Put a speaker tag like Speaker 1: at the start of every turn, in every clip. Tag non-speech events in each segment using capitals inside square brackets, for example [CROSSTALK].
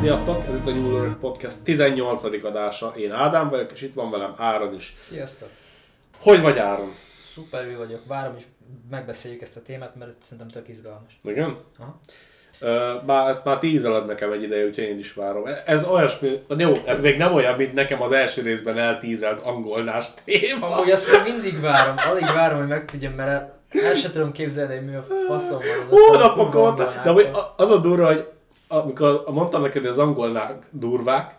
Speaker 1: Sziasztok, ez itt a New Lord Podcast 18. adása. Én Ádám vagyok, és itt van velem Áron is.
Speaker 2: Sziasztok!
Speaker 1: Hogy vagy Áron?
Speaker 2: Szuperül vagyok, várom is megbeszéljük ezt a témát, mert szerintem tök izgalmas.
Speaker 1: Igen?
Speaker 2: Aha.
Speaker 1: Ö, Már ezt már tízeled nekem egy ideje, úgyhogy én is várom. E- Ez olyasmi, jó, ez még nem olyan, mint nekem az első részben eltízelt angolnás téma.
Speaker 2: Amúgy azt még mindig várom, alig várom, hogy megtudjam, mert el, el sem tudom képzelni, hogy mi a faszom van. az a
Speaker 1: Hónapok
Speaker 2: kurva
Speaker 1: óta!
Speaker 2: angolnál.
Speaker 1: De amúgy a- az a durva, hogy amikor mondtam neked, hogy az angolnák durvák,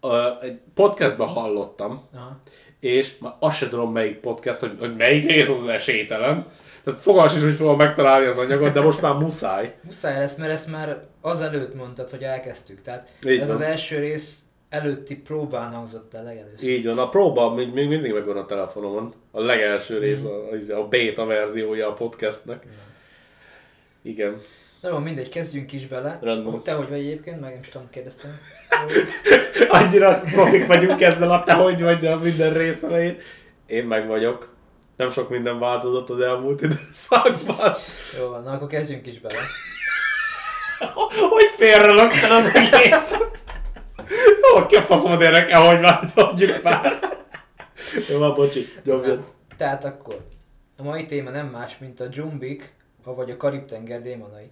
Speaker 1: ö, egy podcastban hallottam,
Speaker 2: Aha.
Speaker 1: és már azt se tudom melyik podcast, hogy, hogy melyik rész az az esélytelen. Tehát fogalmas is, hogy fogom megtalálni az anyagot, de most már muszáj.
Speaker 2: Muszáj lesz, mert ezt már azelőtt mondtad, hogy elkezdtük. Tehát
Speaker 1: Így
Speaker 2: ez
Speaker 1: van.
Speaker 2: az első rész előtti próbán hangzott el legelőször.
Speaker 1: Így van, a próba még, még mindig megvan a telefonomon. A legelső rész, a, a beta verziója a podcastnek. Igen.
Speaker 2: Na jó, mindegy, kezdjünk is bele.
Speaker 1: Rendben.
Speaker 2: Te hogy vagy egyébként? Meg nem is tudom, kérdeztem.
Speaker 1: [LAUGHS] Annyira profik vagyunk ezzel a te hogy vagy a minden részelején. Én meg vagyok. Nem sok minden változott az elmúlt időszakban.
Speaker 2: Jó van, na akkor kezdjünk is bele.
Speaker 1: Hogy félre laktál az egészet? Jó, ki a faszomat érdekel, hogy már dobjuk már. Jó, már bocsi, dobjad.
Speaker 2: Tehát akkor, a mai téma nem más, mint a dzsumbik, vagy a Karib-tenger démonai.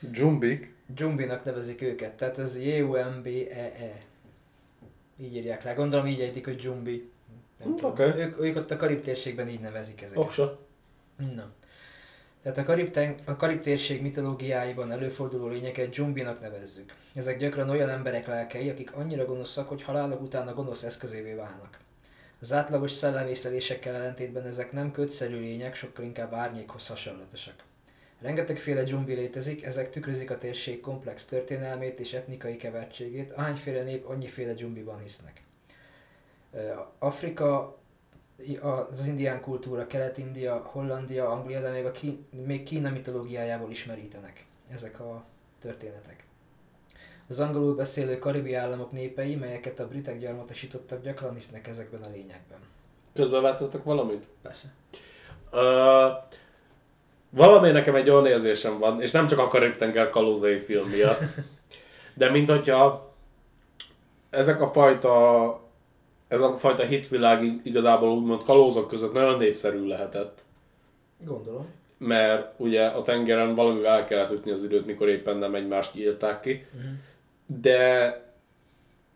Speaker 1: Dzsumbik.
Speaker 2: Dzsumbinak nevezik őket, tehát ez J-U-M-B-E-E. Így írják le, gondolom így ejtik, hogy dzsumbi. Nem
Speaker 1: Hm,
Speaker 2: tudom.
Speaker 1: oké.
Speaker 2: Ők, ők ott a Karib térségben így nevezik ezeket.
Speaker 1: Oksa.
Speaker 2: Na. Tehát a karib, ten- a karib térség mitológiáiban előforduló lényeket dzsumbinak nevezzük. Ezek gyakran olyan emberek lelkei, akik annyira gonoszak, hogy halálok után a gonosz eszközévé válnak. Az átlagos szellemészlelésekkel ellentétben ezek nem kötszerű lények, sokkal inkább árnyékhoz hasonlatosak. Rengetegféle dzsumbi létezik, ezek tükrözik a térség komplex történelmét és etnikai kevertségét, ahányféle nép annyiféle dzsumbiban hisznek. Ö, Afrika, I- a- az indián kultúra, Kelet-India, Hollandia, Anglia, de még, a Kín, még Kína mitológiájából ismerítenek ezek a történetek. Az angolul beszélő karibi államok népei, melyeket a britek gyarmatosítottak, gyakran hisznek ezekben a lényekben.
Speaker 1: Közben váltottak valamit?
Speaker 2: Persze.
Speaker 1: Ö, valami nekem egy olyan érzésem van, és nem csak a Karib-tenger kalózai film miatt, de mint hogyha ezek a fajta ez a fajta hitvilág igazából úgymond kalózok között nagyon népszerű lehetett.
Speaker 2: Gondolom.
Speaker 1: mert ugye a tengeren valamivel el kellett ütni az időt, mikor éppen nem egymást írták ki,
Speaker 2: Mhm.
Speaker 1: de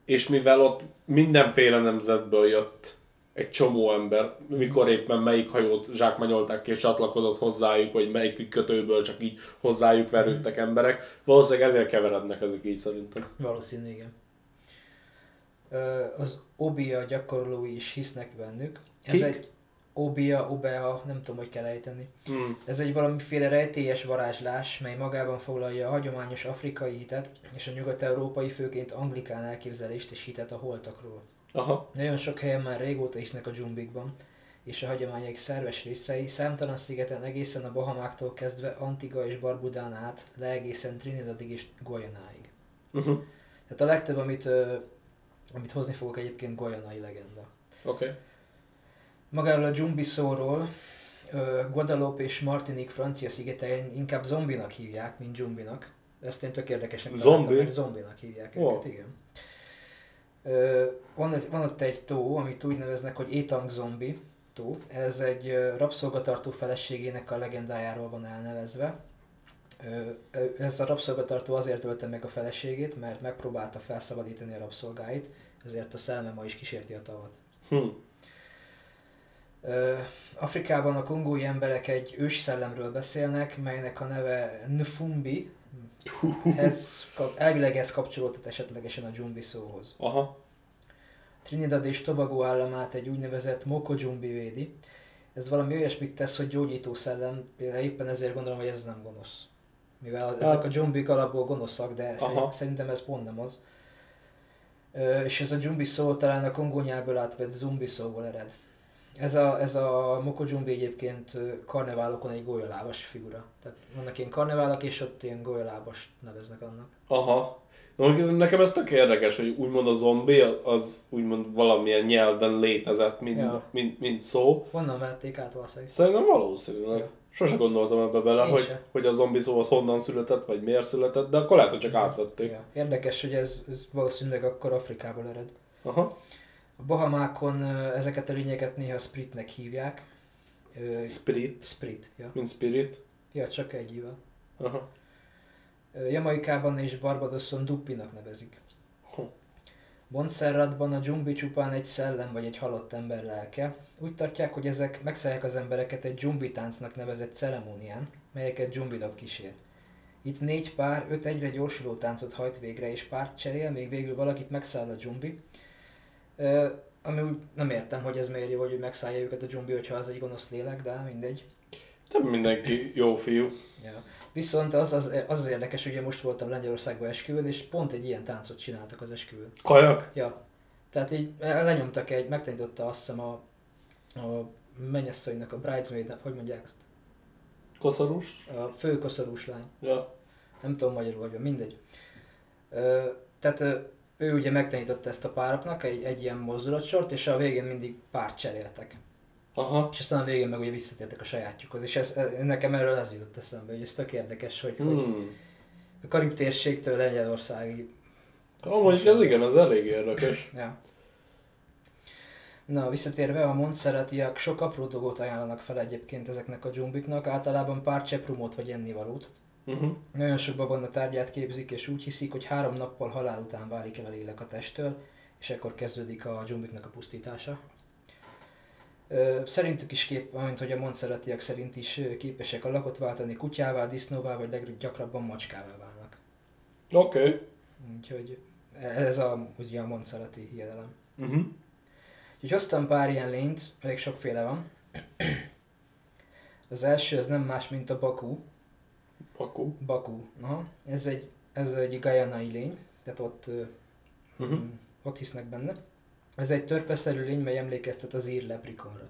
Speaker 1: és mivel ott mindenféle nemzetből jött egy csomó ember, mikor éppen melyik hajót zsákmányolták ki és csatlakozott hozzájuk, vagy melyik kötőből csak így hozzájuk verődtek emberek, valószínűleg ezért keverednek ezek így szerintem.
Speaker 2: Valószínű, igen. Ö, Az obia gyakorlói is hisznek bennük. Ez
Speaker 1: Kik?
Speaker 2: egy obia, obea, nem tudom, hogy kell ejteni.
Speaker 1: Hmm.
Speaker 2: Ez egy valamiféle rejtélyes varázslás, mely magában foglalja a hagyományos afrikai hitet és a nyugat-európai, főként anglikán elképzelést és hitet a holtakról.
Speaker 1: Aha.
Speaker 2: Nagyon sok helyen már régóta hisznek a dzsumbikban, és a hagyományaik szerves részei számtalan szigeten egészen a Bahamáktól kezdve Antigua és Barbudán át, le egészen Trinidadig és Guyanáig.
Speaker 1: Uh-huh.
Speaker 2: Tehát a legtöbb, amit, ö, amit hozni fogok egyébként Guyanai legenda.
Speaker 1: Oké. Okay.
Speaker 2: Magáról a dzsumbi szóról ö, Guadeloupe és Martinique francia szigetein inkább zombinak hívják, mint dzsumbinak. Ezt én tök érdekesnek
Speaker 1: Zombi?
Speaker 2: mert zombinak hívják
Speaker 1: Ó.
Speaker 2: őket, igen. Ö, van, egy- van ott egy tó, amit úgy neveznek, hogy étang zombi tó. Ez egy ö, rabszolgatartó feleségének a legendájáról van elnevezve. Ö, ö, Ez a rabszolgatartó azért ölte meg a feleségét, mert megpróbálta felszabadítani a rabszolgáit, ezért a szelleme ma is kísérti a tavat.
Speaker 1: Hm.
Speaker 2: Ö, Afrikában a kongói emberek egy ős szellemről beszélnek, melynek a neve Nfumbi. Ez, kap- elvileg ez kapcsolódhat esetlegesen a dzsumbi szóhoz.
Speaker 1: Aha.
Speaker 2: Trinidad és Tobago államát egy úgynevezett Moko dzsumbi védi. Ez valami olyasmit tesz, hogy gyógyító szellem, de éppen ezért gondolom, hogy ez nem gonosz. Mivel a- ezek a dzsumbik alapból gonoszak, de
Speaker 1: Aha.
Speaker 2: Aha. szerintem ez pont nem az. Ö, és ez a dzsumbi szó talán a kongó nyelvből átvett zumbi szóból ered. Ez a, ez a Moko dzsumbi egyébként ö, karneválokon egy golyalábas figura. Tehát vannak ilyen karneválok, és ott ilyen golyalábas neveznek annak.
Speaker 1: Aha. Na, Nekem ez tök érdekes, hogy úgymond a zombi az úgymond valamilyen nyelven létezett, mint,
Speaker 2: Ja.
Speaker 1: mint, mint szó.
Speaker 2: Honnan vették át valószínűleg?
Speaker 1: Szerintem valószínűleg.
Speaker 2: Ja.
Speaker 1: Sose gondoltam ebbe bele,
Speaker 2: Én
Speaker 1: hogy,
Speaker 2: se.
Speaker 1: hogy a zombi szó az honnan született, vagy miért született, de akkor lehet, hogy csak átvették.
Speaker 2: Ja. Érdekes, hogy ez, ez valószínűleg akkor Afrikából ered.
Speaker 1: Aha.
Speaker 2: A Bahamákon ö, ezeket a lényeket néha Spritnek hívják. Ö,
Speaker 1: Spirit,
Speaker 2: Sprit, ja.
Speaker 1: mint spirit.
Speaker 2: Ja, csak egy iva.
Speaker 1: Aha.
Speaker 2: Ö, Jamaikában és Barbadoson duppinak nevezik.
Speaker 1: Hú.
Speaker 2: Montserratban a dzsumbi csupán egy szellem vagy egy halott ember lelke. Úgy tartják, hogy ezek megszállják az embereket egy dzsumbi táncnak nevezett ceremónián, melyeket dzsumbidab kísér. Itt négy pár, öt egyre gyorsuló táncot hajt végre, és párt cserél, még végül valakit megszáll a dzsumbi. Ö, ami úgy nem értem, hogy ez miért jó, hogy ő megszállja őket a dzsumbi, hogyha az egy gonosz lélek, de mindegy.
Speaker 1: Nem
Speaker 2: [CLEARS THROAT]
Speaker 1: mindenki jó fiú.
Speaker 2: Ja. Viszont az az, az, az érdekes, ugye most voltam Lengyelországban esküvőn, és pont egy ilyen táncot csináltak az esküvőn.
Speaker 1: Kajak?
Speaker 2: Ja. Tehát így lenyomtak egy, megtanította azt hiszem a, a menyasszonynak, a bridesmaidnak, hogy mondják azt,
Speaker 1: Koszorús?
Speaker 2: a főkoszorús lány.
Speaker 1: Ja.
Speaker 2: Nem tudom magyarul, hogy van, mindegy. Ö, tehát ö, ő ugye megtanította ezt a pároknak egy, egy ilyen mozdulatsort, és a végén mindig párt cseréltek.
Speaker 1: Aha.
Speaker 2: És aztán a végén meg ugye visszatértek a sajátjukhoz, és ez, ez- nekem erről ez jutott eszembe, hogy ez tök érdekes, hogy, hogy
Speaker 1: Hmm.
Speaker 2: A Karib térségtől Lengyelországig.
Speaker 1: Amúgy ez igen, ez elég érdekes.
Speaker 2: Ja. Na, visszatérve, a montserratiak sok apró dolgot ajánlanak fel egyébként ezeknek a dzsumbiknak, általában pár cseprumot vagy ennivalót.
Speaker 1: Uh-huh.
Speaker 2: Nagyon sok babonna tárgyát képzik, és úgy hiszik, hogy három nappal halál után válik el a lélek a testtől, és ekkor kezdődik a dzsumbiknak a pusztítása. Ö, Szerintük is kép, mint hogy a montserratiak szerint is ö, képesek a lakot váltani kutyává, disznóvá, vagy leggyakrabban macskává válnak.
Speaker 1: Oké. Okay.
Speaker 2: Úgyhogy e, ez a, ugye a Montserrati hiedelem.
Speaker 1: Uh-huh.
Speaker 2: Úgyhogy hoztam pár ilyen lényt, elég sokféle van. Az első az nem más, mint a Baku.
Speaker 1: Pakú.
Speaker 2: Baku. Aha. Ez egy, ez egy gajanai lény, tehát ott,
Speaker 1: Mhm.
Speaker 2: uh-huh. ott hisznek benne. Ez egy törpeszerű lény, mely emlékeztet az ír leprikonra.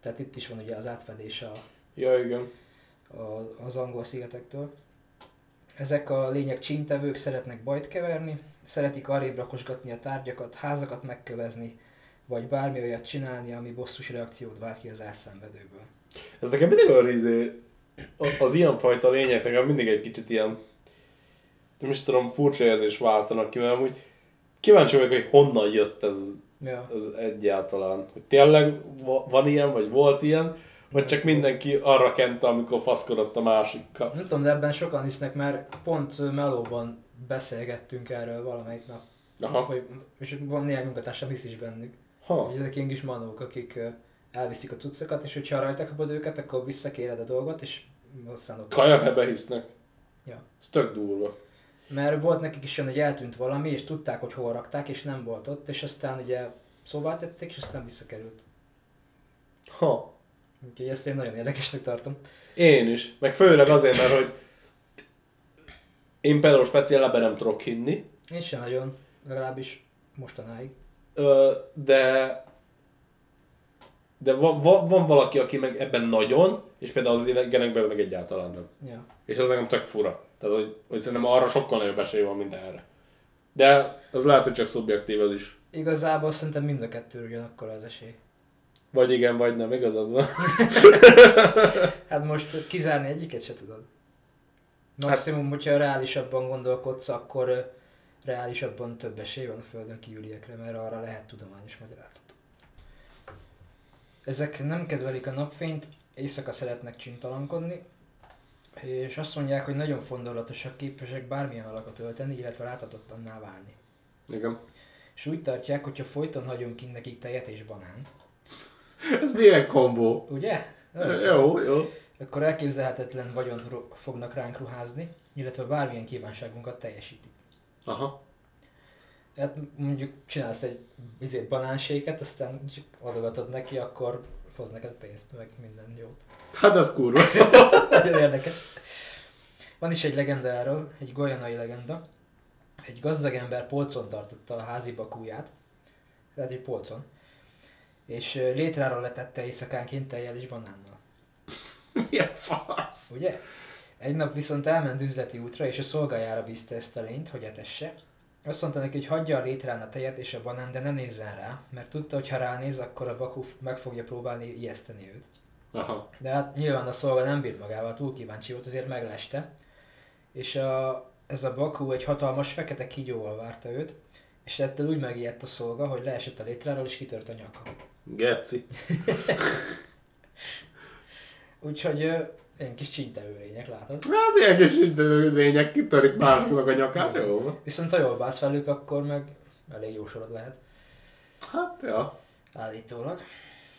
Speaker 2: Tehát itt is van ugye az átfedés a,
Speaker 1: Ja, igen.
Speaker 2: a, az angol szigetektől. Ezek a lények csíntevők szeretnek bajt keverni, szeretik arrébb rakosgatni a tárgyakat, házakat megkövezni, vagy bármi olyat csinálni, ami bosszus reakciót vált ki az elszenvedőből.
Speaker 1: Ez nekem mindig olyan izé, a- az ilyenfajta lények nekem mindig egy kicsit ilyen, nem is tudom, furcsa érzés váltanak ki, mert amúgy kíváncsi vagyok, hogy honnan jött ez,
Speaker 2: Ja.
Speaker 1: ez egyáltalán. Hogy tényleg va- van ilyen, vagy volt ilyen, vagy csak mindenki arra kente, amikor faszkodott a másikkal.
Speaker 2: Nem tudom, de ebben sokan hisznek, mert pont Melóban beszélgettünk erről valamelyik nap.
Speaker 1: Aha.
Speaker 2: Hogy, és van néhány munkatársam hisz is bennük.
Speaker 1: Ha.
Speaker 2: Hogy ezek ilyen kis manók, akik ö, elviszik a cuccokat, és hogyha rajta kapod őket, akkor visszakéred a dolgot, és aztán ott...
Speaker 1: Kajak ebbe hisznek.
Speaker 2: Ja.
Speaker 1: Ez tök durva.
Speaker 2: Mert volt nekik is olyan, hogy eltűnt valami, és tudták, hogy hol rakták, és nem volt ott, és aztán ugye szóvá tették, és aztán visszakerült.
Speaker 1: Ha.
Speaker 2: Úgyhogy ezt én nagyon érdekesnek tartom.
Speaker 1: Én is. Meg főleg azért, mert hogy én például speciál ebben nem tudok hinni,
Speaker 2: Én sem nagyon, legalábbis mostanáig.
Speaker 1: Ö, de de van, van, van valaki, aki meg ebben nagyon, és például az ilyenekben meg egyáltalán nem.
Speaker 2: Ja.
Speaker 1: És ez nekem tök fura. Tehát, hogy, hogy szerintem arra sokkal nagyobb esély van, mint erre. De ez lehet, hogy csak szubjektív az is.
Speaker 2: Igazából szerintem mind a kettőről ugyanakkor az esély.
Speaker 1: Vagy igen, vagy nem, igazad van.
Speaker 2: Hát most kizárni egyiket se tudod. Maximum, hogyha reálisabban gondolkodsz, akkor ö, reálisabban több esély van a Földön kívüliekre, mert arra lehet tudományos magyarázat. Ezek nem kedvelik a napfényt, éjszaka szeretnek csintalankodni, és azt mondják, hogy nagyon fondorlatosak, képesek bármilyen alakot ölteni, illetve láthatatlanná válni.
Speaker 1: Igen.
Speaker 2: És úgy tartják, hogyha folyton hagyunk ki nekik tejet és banánt.
Speaker 1: [LAUGHS] Ez milyen kombó?
Speaker 2: Ugye?
Speaker 1: Jó, jó.
Speaker 2: akkor elképzelhetetlen vagyont ru- fognak ránk ruházni, illetve bármilyen kívánságunkat teljesítik.
Speaker 1: Aha.
Speaker 2: Hát mondjuk csinálsz egy izét banánséket, aztán csak adogatod neki, akkor hoz neked pénzt, meg minden jót. [LAUGHS]
Speaker 1: Hát ez kurva. [LAUGHS]
Speaker 2: Nagyon érdekes. Van is egy legenda erről, egy gojanai legenda. Egy gazdag ember polcon tartotta a házi bakúját, tehát egy polcon, és ö, létrára letette éjszakánként tejjel és banánnal.
Speaker 1: milyen fasz?
Speaker 2: Ugye? Egy nap viszont elment üzleti útra, és a szolgájára bízta ezt a lényt, hogy etesse. Azt mondta neki, hogy hagyja a létrán a tejet és a banán, de ne nézzen rá, mert tudta, hogy ha ránéz, akkor a bakú f- meg fogja próbálni ijeszteni őt.
Speaker 1: Aha.
Speaker 2: De hát nyilván a szolga nem bírt magával, túl kíváncsi volt, ezért megleste. És a, ez a Baku egy hatalmas fekete kígyóval várta őt, és ettől úgy megijedt a szolga, hogy leesett a létráról és kitört a nyaka.
Speaker 1: Geci.
Speaker 2: Úgyhogy ö, ilyen kis csintevő lények, látod?
Speaker 1: Hát ilyen kis lények kitörik másoknak a nyakát, jó van.
Speaker 2: Viszont ha jól bánsz velük, akkor meg elég jó sorod lehet.
Speaker 1: Hát, ja.
Speaker 2: Állítólag.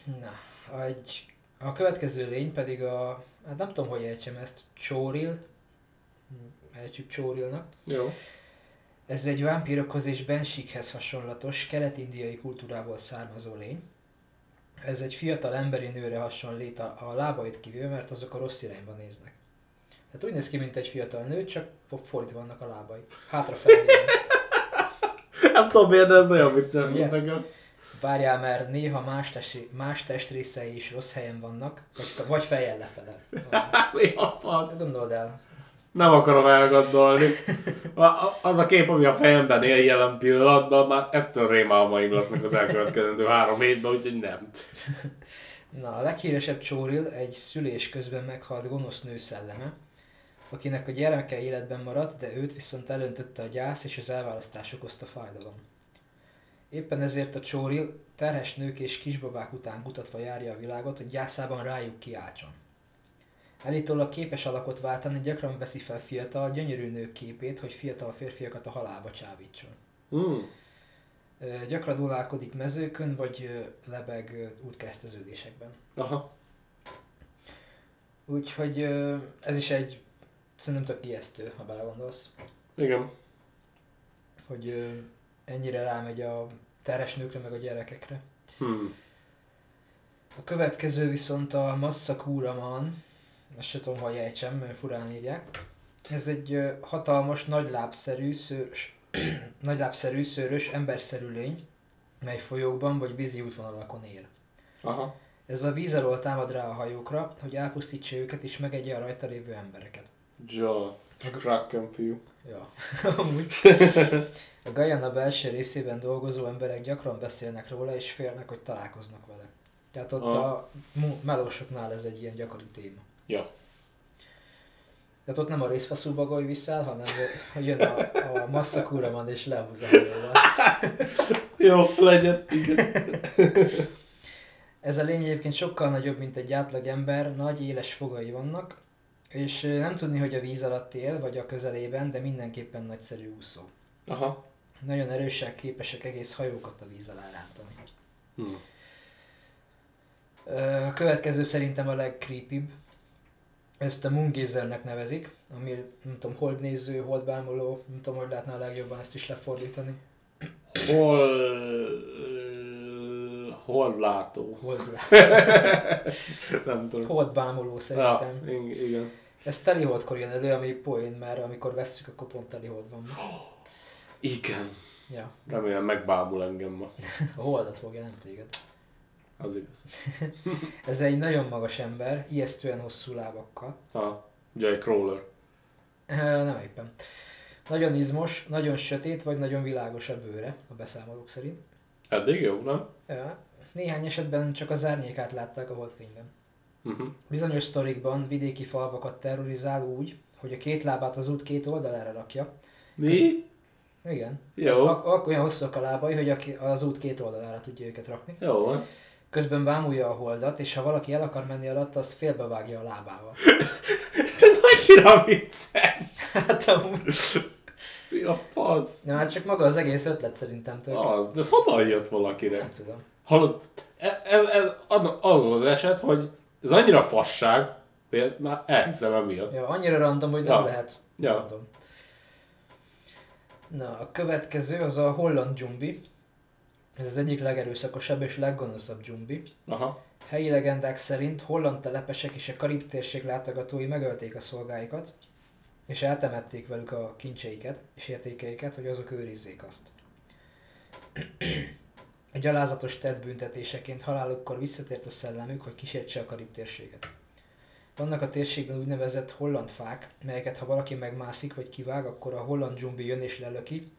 Speaker 2: Na, egy, a következő lény pedig a, hát nem tudom, hogy ejtsem ezt, Csóril, Hm, ejtsük Csórilnak.
Speaker 1: Jó.
Speaker 2: Ez egy vámpírokhoz és bensikhez hasonlatos, kelet-indiai kultúrából származó lény. Ez egy fiatal emberi nőre hasonlít a, a lábait kívül, mert azok a rossz irányba néznek. Hát úgy néz ki, mint egy fiatal nő, csak fo- fordítva vannak a lábai. Hátrafelé.
Speaker 1: Nem tudom miért, de ez nagyon vicces volt
Speaker 2: Igen.
Speaker 1: nekem. [LAUGHS]
Speaker 2: Várjál, mert néha más, testi, más testrészei is rossz helyen vannak, vagy, vagy fejjel lefele.
Speaker 1: Hát, mi a fasz?
Speaker 2: Gondold el.
Speaker 1: Nem akarom elgondolni. A- a- Az a kép, ami a fejemben él jelen pillanatban, már ettől rémálmaim lesznek az elkövetkezendő három hétben, úgyhogy nem.
Speaker 2: Na, a leghíresebb Csóril egy szülés közben meghalt gonosz nő szelleme, akinek a gyermeke életben maradt, de őt viszont elöntötte a gyász és az elválasztás okozta fájdalom. Éppen ezért a Csóril terhes nők és kisbabák után kutatva járja a világot, hogy gyászában rájuk kiáltson. Állítólag képes alakot váltani, gyakran veszi fel fiatal, gyönyörű nők képét, hogy fiatal férfiakat a halálba csábítson.
Speaker 1: Hmm.
Speaker 2: Ö, Gyakran uralkodik mezőkön, vagy ö, lebeg ö, útkereszteződésekben.
Speaker 1: Aha.
Speaker 2: Úgyhogy ö, ez is egy szerintem tök ijesztő, ha belegondolsz,
Speaker 1: Igen.
Speaker 2: hogy ö, ennyire rámegy a terhes nőkre meg a gyerekekre.
Speaker 1: Hmm.
Speaker 2: A következő viszont a Massakura Man, ezt se tudom, hogy ejtsem, mert furán írják. Ez egy ö, hatalmas, nagylábszerű, szőrös, [CLEARS THROAT] nagylábszerű, szőrös, emberszerű lény, mely folyókban vagy vízi útvonalakon él.
Speaker 1: Aha.
Speaker 2: Ez a víz alól támad rá a hajókra, hogy elpusztítsa őket és megegye a rajta lévő embereket.
Speaker 1: Ja. Kraken fiú.
Speaker 2: Ja, [LAUGHS] amúgy. A Guyana belső részében dolgozó emberek gyakran beszélnek róla, és félnek, hogy találkoznak vele. Tehát ott
Speaker 1: Ah.
Speaker 2: a mu- melósoknál ez egy ilyen gyakori téma.
Speaker 1: Ja.
Speaker 2: Tehát ott nem a részfaszú bagoly visszáll, hanem jön a, a masszakúra van és lehúz a hajóval.
Speaker 1: Jó, legyen. Igen.
Speaker 2: Ez a lény egyébként sokkal nagyobb, mint egy átlag ember, nagy, éles fogai vannak, és ö, nem tudni, hogy a víz alatt él, vagy a közelében, de mindenképpen nagyszerű úszó.
Speaker 1: Aha.
Speaker 2: Nagyon erősek, képesek egész hajókat a víz alá rántani.
Speaker 1: Hmm.
Speaker 2: Ö, A következő szerintem a legcreepibb. Ezt a Moongazernek nevezik, ami nem tudom, holdnéző, holdbámuló, nem tudom, hogy lehetne a legjobban ezt is lefordítani.
Speaker 1: Hol... eh, Hol látó?
Speaker 2: Holdlá...
Speaker 1: Nem tudom.
Speaker 2: Holdbámuló szerintem.
Speaker 1: Ja, ing- igen.
Speaker 2: Ez teli holdkor jön elő, ami poén, mert amikor vesszük, akkor pont teli hold van.
Speaker 1: Igen.
Speaker 2: Ja,
Speaker 1: Remélem megbámul engem ma.
Speaker 2: a holdat fogja, nem téged.
Speaker 1: Az igaz.
Speaker 2: Ez egy nagyon magas ember, ijesztően hosszú lábakkal.
Speaker 1: Ha. Jay Crawler.
Speaker 2: Ö, Nem éppen. Nagyon izmos, nagyon sötét, vagy nagyon világos a bőre, a beszámolók szerint.
Speaker 1: Eddig jó, nem?
Speaker 2: Ja, Néhány esetben csak az árnyékát látták a holdfényben.
Speaker 1: Uh-huh.
Speaker 2: Bizonyos sztorikban vidéki falvakat terrorizál úgy, hogy a két lábát az út két oldalára rakja.
Speaker 1: Mi?
Speaker 2: Igen.
Speaker 1: Jó.
Speaker 2: Ak- ak- olyan hosszúak a lábai, hogy aki az út két oldalára tudja őket rakni.
Speaker 1: Jó van.
Speaker 2: Közben vámulja a holdat, és ha valaki el akar menni alatt, az félbevágja a
Speaker 1: [LAUGHS]
Speaker 2: lábával.
Speaker 1: [LAUGHS] Ez annyira vicces.
Speaker 2: Hát amúgy...
Speaker 1: Mi a fasz?
Speaker 2: Na, hát csak maga az egész ötlet szerintem tök.
Speaker 1: Az, de ez honnan jött
Speaker 2: Nem
Speaker 1: valakinek?
Speaker 2: tudom.
Speaker 1: Hallod, e- ez, ez anna- az volt az eset, hogy ez annyira fasság, hogy már elhiszem emiatt.
Speaker 2: Ja, annyira random, hogy nem
Speaker 1: Ja.
Speaker 2: lehet.
Speaker 1: Ja.
Speaker 2: Random. Na, a következő az a holland dzsumbi. Ez az egyik legerőszakosabb és leggonoszabb dzsumbi.
Speaker 1: Aha.
Speaker 2: Helyi legendák szerint holland telepesek és a karib térség látogatói megölték a szolgáikat, és eltemették velük a kincseiket és értékeiket, hogy azok őrizzék azt. [CLEARS THROAT] Egy alázatos tett büntetéseként halálukkor visszatért a szellemük, hogy kísértse a karib térséget. Vannak a térségben úgynevezett holland fák, melyeket ha valaki megmászik vagy kivág, akkor a holland dzsumbi jön és lelöki,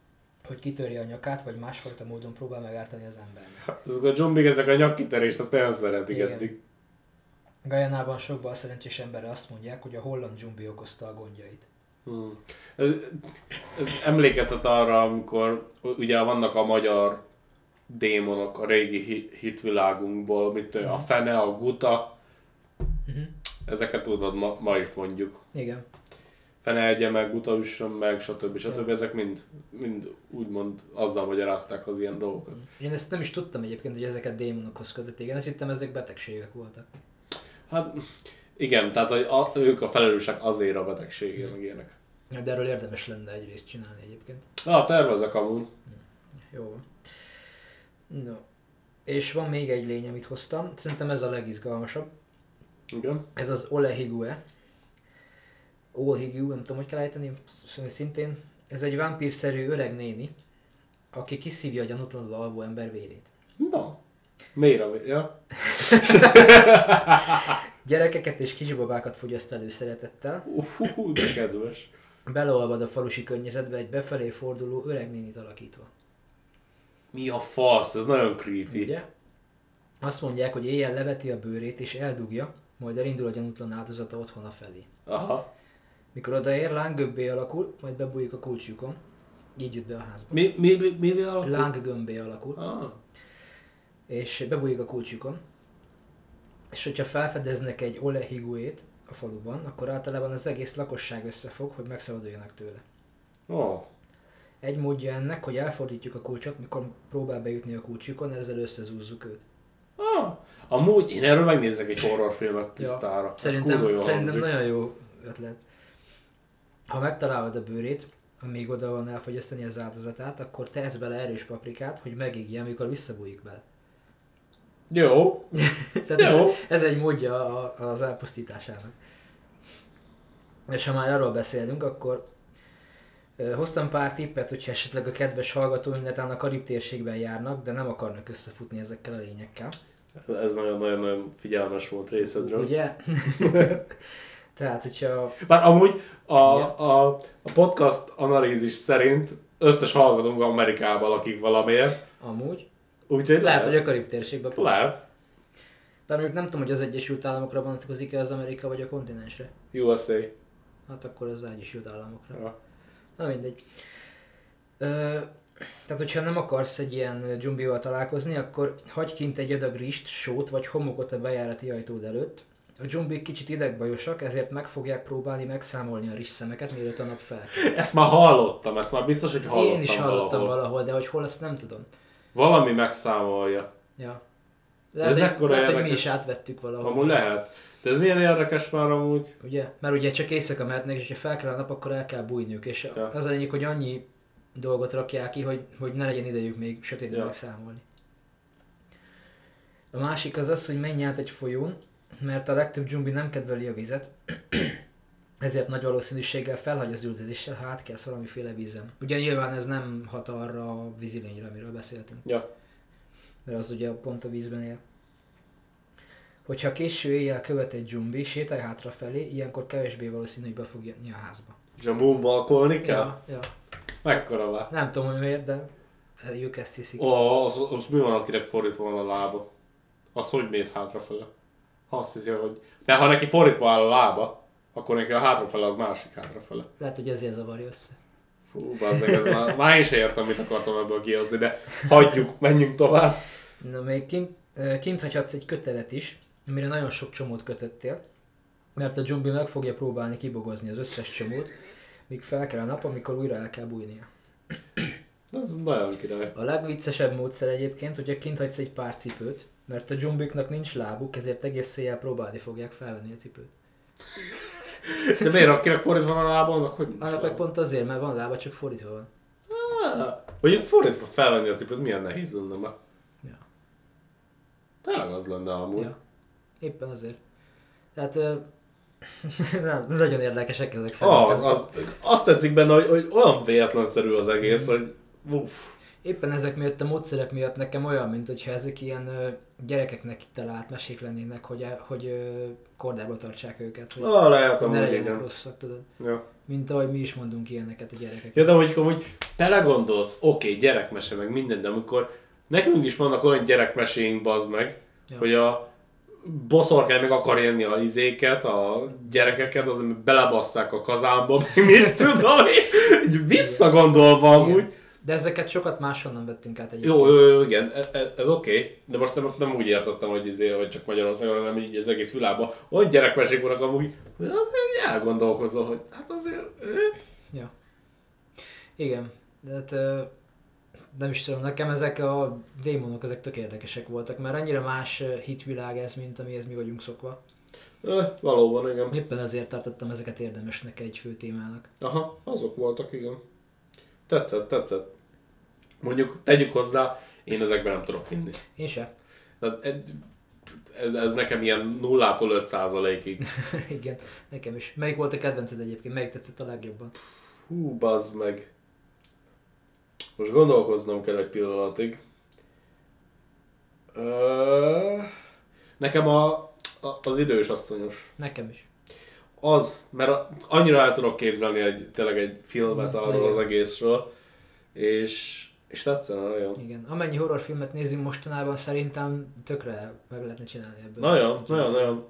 Speaker 2: hogy kitörje a nyakát, vagy másfajta módon próbál megártani az embernek.
Speaker 1: Hát ezek a dzsumbik, ezek a nyakkiterést, azt nagyon szeretik
Speaker 2: Igen.
Speaker 1: eddig.
Speaker 2: Gajanában sok balszerencsés emberre azt mondják, hogy a holland dzsumbi okozta a gondjait.
Speaker 1: Hmm. Ez, ez emlékeztet arra, amikor ugye vannak a magyar démonok a régi hi- hitvilágunkból, mint a fene, a guta,
Speaker 2: Uh-huh.
Speaker 1: ezeket tudod, ma, ma is mondjuk.
Speaker 2: Igen.
Speaker 1: Fene egye meg, guta üssön meg, stb. stb. Ezek mind, mind úgymond azzal magyarázták az ilyen dolgokat.
Speaker 2: Én ezt nem is tudtam egyébként, hogy ezeket démonokhoz kötötték. Én azt hittem, ezek betegségek voltak.
Speaker 1: Hát igen, tehát hogy a, ők a felelősek azért a betegségért, meg ilyenek.
Speaker 2: De erről érdemes lenne egyrészt csinálni egyébként.
Speaker 1: Na, tervezek amúgy.
Speaker 2: Jó van. No. És van még egy lény, amit hoztam. Szerintem ez a legizgalmasabb.
Speaker 1: Igen.
Speaker 2: Ez az Ole Higue. Ole Higue, nem tudom, hogy kell ejteni, sz- szintén. Ez egy vámpírszerű öreg néni, aki kiszívja a gyanútlanul alvó ember vérét.
Speaker 1: Na, mélyre, ja?
Speaker 2: Gyerekeket és kisbabákat fogyaszt előszeretettel,
Speaker 1: Hú, de kedves.
Speaker 2: beleolvad a falusi környezetbe egy befelé forduló öreg nénit alakítva.
Speaker 1: Mi a fasz? Ez nagyon creepy.
Speaker 2: Ugye? Azt mondják, hogy éjjel leveti a bőrét és eldugja, majd elindul a gyanútlan áldozata otthona felé.
Speaker 1: Aha.
Speaker 2: Mikor odaér, lángöbbé alakul, majd bebújik a kulcsjukon, így jut be a házba.
Speaker 1: Mi, mi, mi, mi, mi alakul?
Speaker 2: Lánggömbé alakul,
Speaker 1: Ah,
Speaker 2: és bebújik a kulcsjukon. És hogyha felfedeznek egy Ole Higuét a faluban, akkor általában az egész lakosság összefog, hogy megszabaduljanak tőle.
Speaker 1: oh.
Speaker 2: Egy módja ennek, hogy elfordítjuk a kulcsot, mikor próbál bejutni a kulcsjukon, ezzel összezúzzuk őt.
Speaker 1: ah. Amúgy én erről megnézek egy horrorfilmet tisztára. Ez kurva
Speaker 2: Szerintem,
Speaker 1: jól
Speaker 2: szerintem
Speaker 1: hangzik.
Speaker 2: nagyon jó ötlet. Ha megtalálod a bőrét, amíg oda van elfogyasztani az áldozatát, akkor tesz bele erős paprikát, hogy megígje, amikor visszabújik bele.
Speaker 1: Jó.
Speaker 2: Tehát ez,
Speaker 1: Jó.
Speaker 2: ez egy módja a- az elpusztításának. És ha már arról beszélünk, akkor ö, hoztam pár tippet, hogyha esetleg a kedves hallgatóink netán a Karib térségben járnak, de nem akarnak összefutni ezekkel a lényekkel.
Speaker 1: Ez nagyon-nagyon figyelmes volt részedről.
Speaker 2: Ugye? Tehát, hogyha...
Speaker 1: Bár amúgy a,
Speaker 2: Igen.
Speaker 1: a, a podcast analízis szerint összes hallgatónk Amerikában lakik valamiért,
Speaker 2: Amúgy.
Speaker 1: úgyhogy
Speaker 2: Lehet,
Speaker 1: lehet,
Speaker 2: hogy a Karib térségben.
Speaker 1: lehet.
Speaker 2: Bár mondjuk nem tudom, hogy az Egyesült Államokra vonatkozik-e az Amerika vagy a kontinensre.
Speaker 1: USA.
Speaker 2: Hát akkor az Egyesült Államokra.
Speaker 1: Ja.
Speaker 2: Na mindegy. Ö, tehát, hogyha nem akarsz egy ilyen ö, dzsumbival találkozni, akkor hagyj kint egy adag rist, sót vagy homokot a bejárati ajtód előtt. A dzsumbik kicsit idegbajosak, ezért meg fogják próbálni megszámolni a rist szemeket, mielőtt a nap fel.
Speaker 1: Ezt már hallottam, ezt már biztos, hogy hallottam
Speaker 2: Én is hallottam
Speaker 1: valahol.
Speaker 2: valahol. valahol, de hogy hol, azt nem tudom.
Speaker 1: Valami megszámolja.
Speaker 2: Ja.
Speaker 1: Ez
Speaker 2: Lehet, hogy,
Speaker 1: mekkora
Speaker 2: lehet, hogy mi
Speaker 1: érdekes.
Speaker 2: is átvettük valahol.
Speaker 1: Hát, Amúgy lehet. De ez milyen érdekes már amúgy?
Speaker 2: Ugye? Mert ugye csak éjszaka mehetnek, és ha fel kell a nap, akkor el kell bújniuk. És
Speaker 1: Ja.
Speaker 2: az a lényeg, hogy annyi dolgot rakják ki, hogy, hogy ne legyen idejük még sötétben
Speaker 1: Ja.
Speaker 2: ja. megszámolni. A másik az az, hogy menj át egy folyón, mert a legtöbb dzsumbi nem kedveli a vizet, [CLEARS THROAT] ezért nagy valószínűséggel felhagy az üldözéssel, ha átkelsz valamiféle vízen. Ugye nyilván ez nem hat arra a vízilényre, amiről beszéltünk
Speaker 1: Ja.
Speaker 2: mert az ugye pont a vízben él. Hogyha késő éjjel követ egy dzsumbi, sétálj hátrafelé, ilyenkor kevésbé valószínű, hogy be fog jönni a házba.
Speaker 1: És a moonwalkolni kell? Ja.
Speaker 2: ja.
Speaker 1: Mekkora vár?
Speaker 2: Nem tudom, hogy miért, de ők ezt hiszik.
Speaker 1: Ó, oh, az, az, mi van, akinek fordítva van a lába? Az hogy mész hátrafele? Ha azt hiszi, hogy... De ha neki fordítva áll a lába, akkor neki a hátrafele az másik hátrafele.
Speaker 2: Lehet, hogy ezért zavarja össze.
Speaker 1: Fú, bazzeg, ez [LAUGHS] már, már én sem értem, mit akartam ebből kihozni, de hagyjuk, menjünk tovább.
Speaker 2: Na még kint, ö, kint hagyhatsz egy kötelet is, amire nagyon sok csomót kötöttél, mert a dzsumbi meg fogja próbálni kibogozni az összes csomót, míg fel kell a nap, amikor újra el kell bújnia.
Speaker 1: Ez nagyon király.
Speaker 2: A legviccesebb módszer egyébként, hogyha kint hagysz egy pár cipőt, mert a dzsumbiknak nincs lábuk, ezért egész éjjel próbálni fogják felvenni a cipőt.
Speaker 1: De miért, akinek fordítva van a lába, annak hogy nincs
Speaker 2: Annak meg
Speaker 1: lába?
Speaker 2: pont azért, mert van lába, csak fordítva van.
Speaker 1: Ah, Mondjuk fordítva felvenni a cipőt, milyen nehéz lenne már.
Speaker 2: Ja.
Speaker 1: Tényleg az lenne amúgy.
Speaker 2: ja. Éppen azért. Tehát ö, [LAUGHS] nem, nagyon érdekesek ezek
Speaker 1: Ah,
Speaker 2: szerintem.
Speaker 1: az, az, azt tetszik benne, hogy, hogy olyan véletlenszerű az egész, hogy uff.
Speaker 2: Éppen ezek miatt a módszerek miatt nekem olyan, mint hogyha ezek ilyen ö, gyerekeknek kitalált mesék lennének, hogy, e, hogy ö, kordába tartsák őket, hogy
Speaker 1: Ah, lehet
Speaker 2: ne
Speaker 1: amúgy,
Speaker 2: legyenek
Speaker 1: igen.
Speaker 2: rosszak, tudod.
Speaker 1: Ja.
Speaker 2: Mint ahogy mi is mondunk ilyeneket a gyerekek.
Speaker 1: ja, de mondjuk amúgy belegondolsz, oké, gyerekmese meg minden, de amikor nekünk is vannak olyan gyerekmeséink, bazd meg,
Speaker 2: Ja.
Speaker 1: hogy a boszorkány meg akar élni a izéket, a gyerekeket, az belebasszák a kazánba, meg mit tudom én, így visszagondolva amúgy.
Speaker 2: De ezeket sokat máshonnan vettünk át egyébként.
Speaker 1: Jó, jó, jó, igen, e- e- ez oké, okay. de most nem, nem úgy értettem, hogy, izé, hogy csak Magyarországon, hanem így az egész világban. Olyan gyerekmeség vannak amúgy, hogy azért elgondolkozol, hogy hát azért... ö,
Speaker 2: Ja. Igen, de hát, ö, nem is tudom, nekem ezek a démonok, ezek tök érdekesek voltak, mert annyira más ö, hitvilág ez, mint amihez mi vagyunk szokva.
Speaker 1: Ö, valóban, igen.
Speaker 2: Éppen ezért tartottam ezeket érdemesnek egy fő témának.
Speaker 1: Aha, azok voltak, igen. Tetszett, tetszett. Mondjuk, tegyük hozzá, én ezekben nem tudok hinni.
Speaker 2: Én se. [LAUGHS]
Speaker 1: Tehát egy- ez, ez nekem ilyen 0-tól 5 százalékig.
Speaker 2: Igen, nekem is. Melyik volt a kedvenced egyébként? Melyik tetszett a legjobban?
Speaker 1: Hú, bazd meg. Most gondolkoznom kell egy pillanatig. Ö, nekem a, a, az idős asszonyos.
Speaker 2: Nekem is.
Speaker 1: Az, mert a- annyira el tudok képzelni egy, tényleg egy filmet arról az egészről, és, és tetszene nagyon.
Speaker 2: Igen. Amennyi horrorfilmet nézünk mostanában, szerintem tökre meg lehetne csinálni ebből.
Speaker 1: Nagyon,
Speaker 2: Egy
Speaker 1: nagyon,
Speaker 2: jó
Speaker 1: nagyon.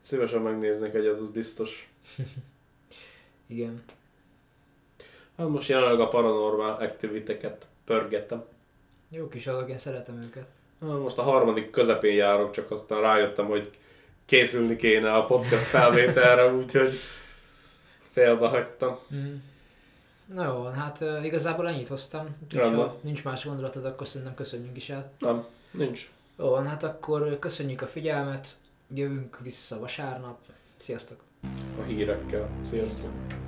Speaker 1: Szívesen megnéznék egyet, az biztos.
Speaker 2: Igen.
Speaker 1: Hát most jelenleg a Paranormal Activity-ket pörgetem.
Speaker 2: Jó kis adag, én szeretem őket.
Speaker 1: Hát Most a harmadik közepén járok, csak aztán rájöttem, hogy készülni kéne a podcast felvételre, úgyhogy félbe hagytam.
Speaker 2: Mm. Na jó, van, hát ö, igazából ennyit hoztam. Úgyhogy,
Speaker 1: Rendben.
Speaker 2: ha nincs más gondolatod, akkor szerintem köszönjünk is el.
Speaker 1: Nem, nincs.
Speaker 2: Jó, van, hát akkor köszönjük a figyelmet, jövünk vissza vasárnap. Sziasztok!
Speaker 1: A hírekkel. Sziasztok!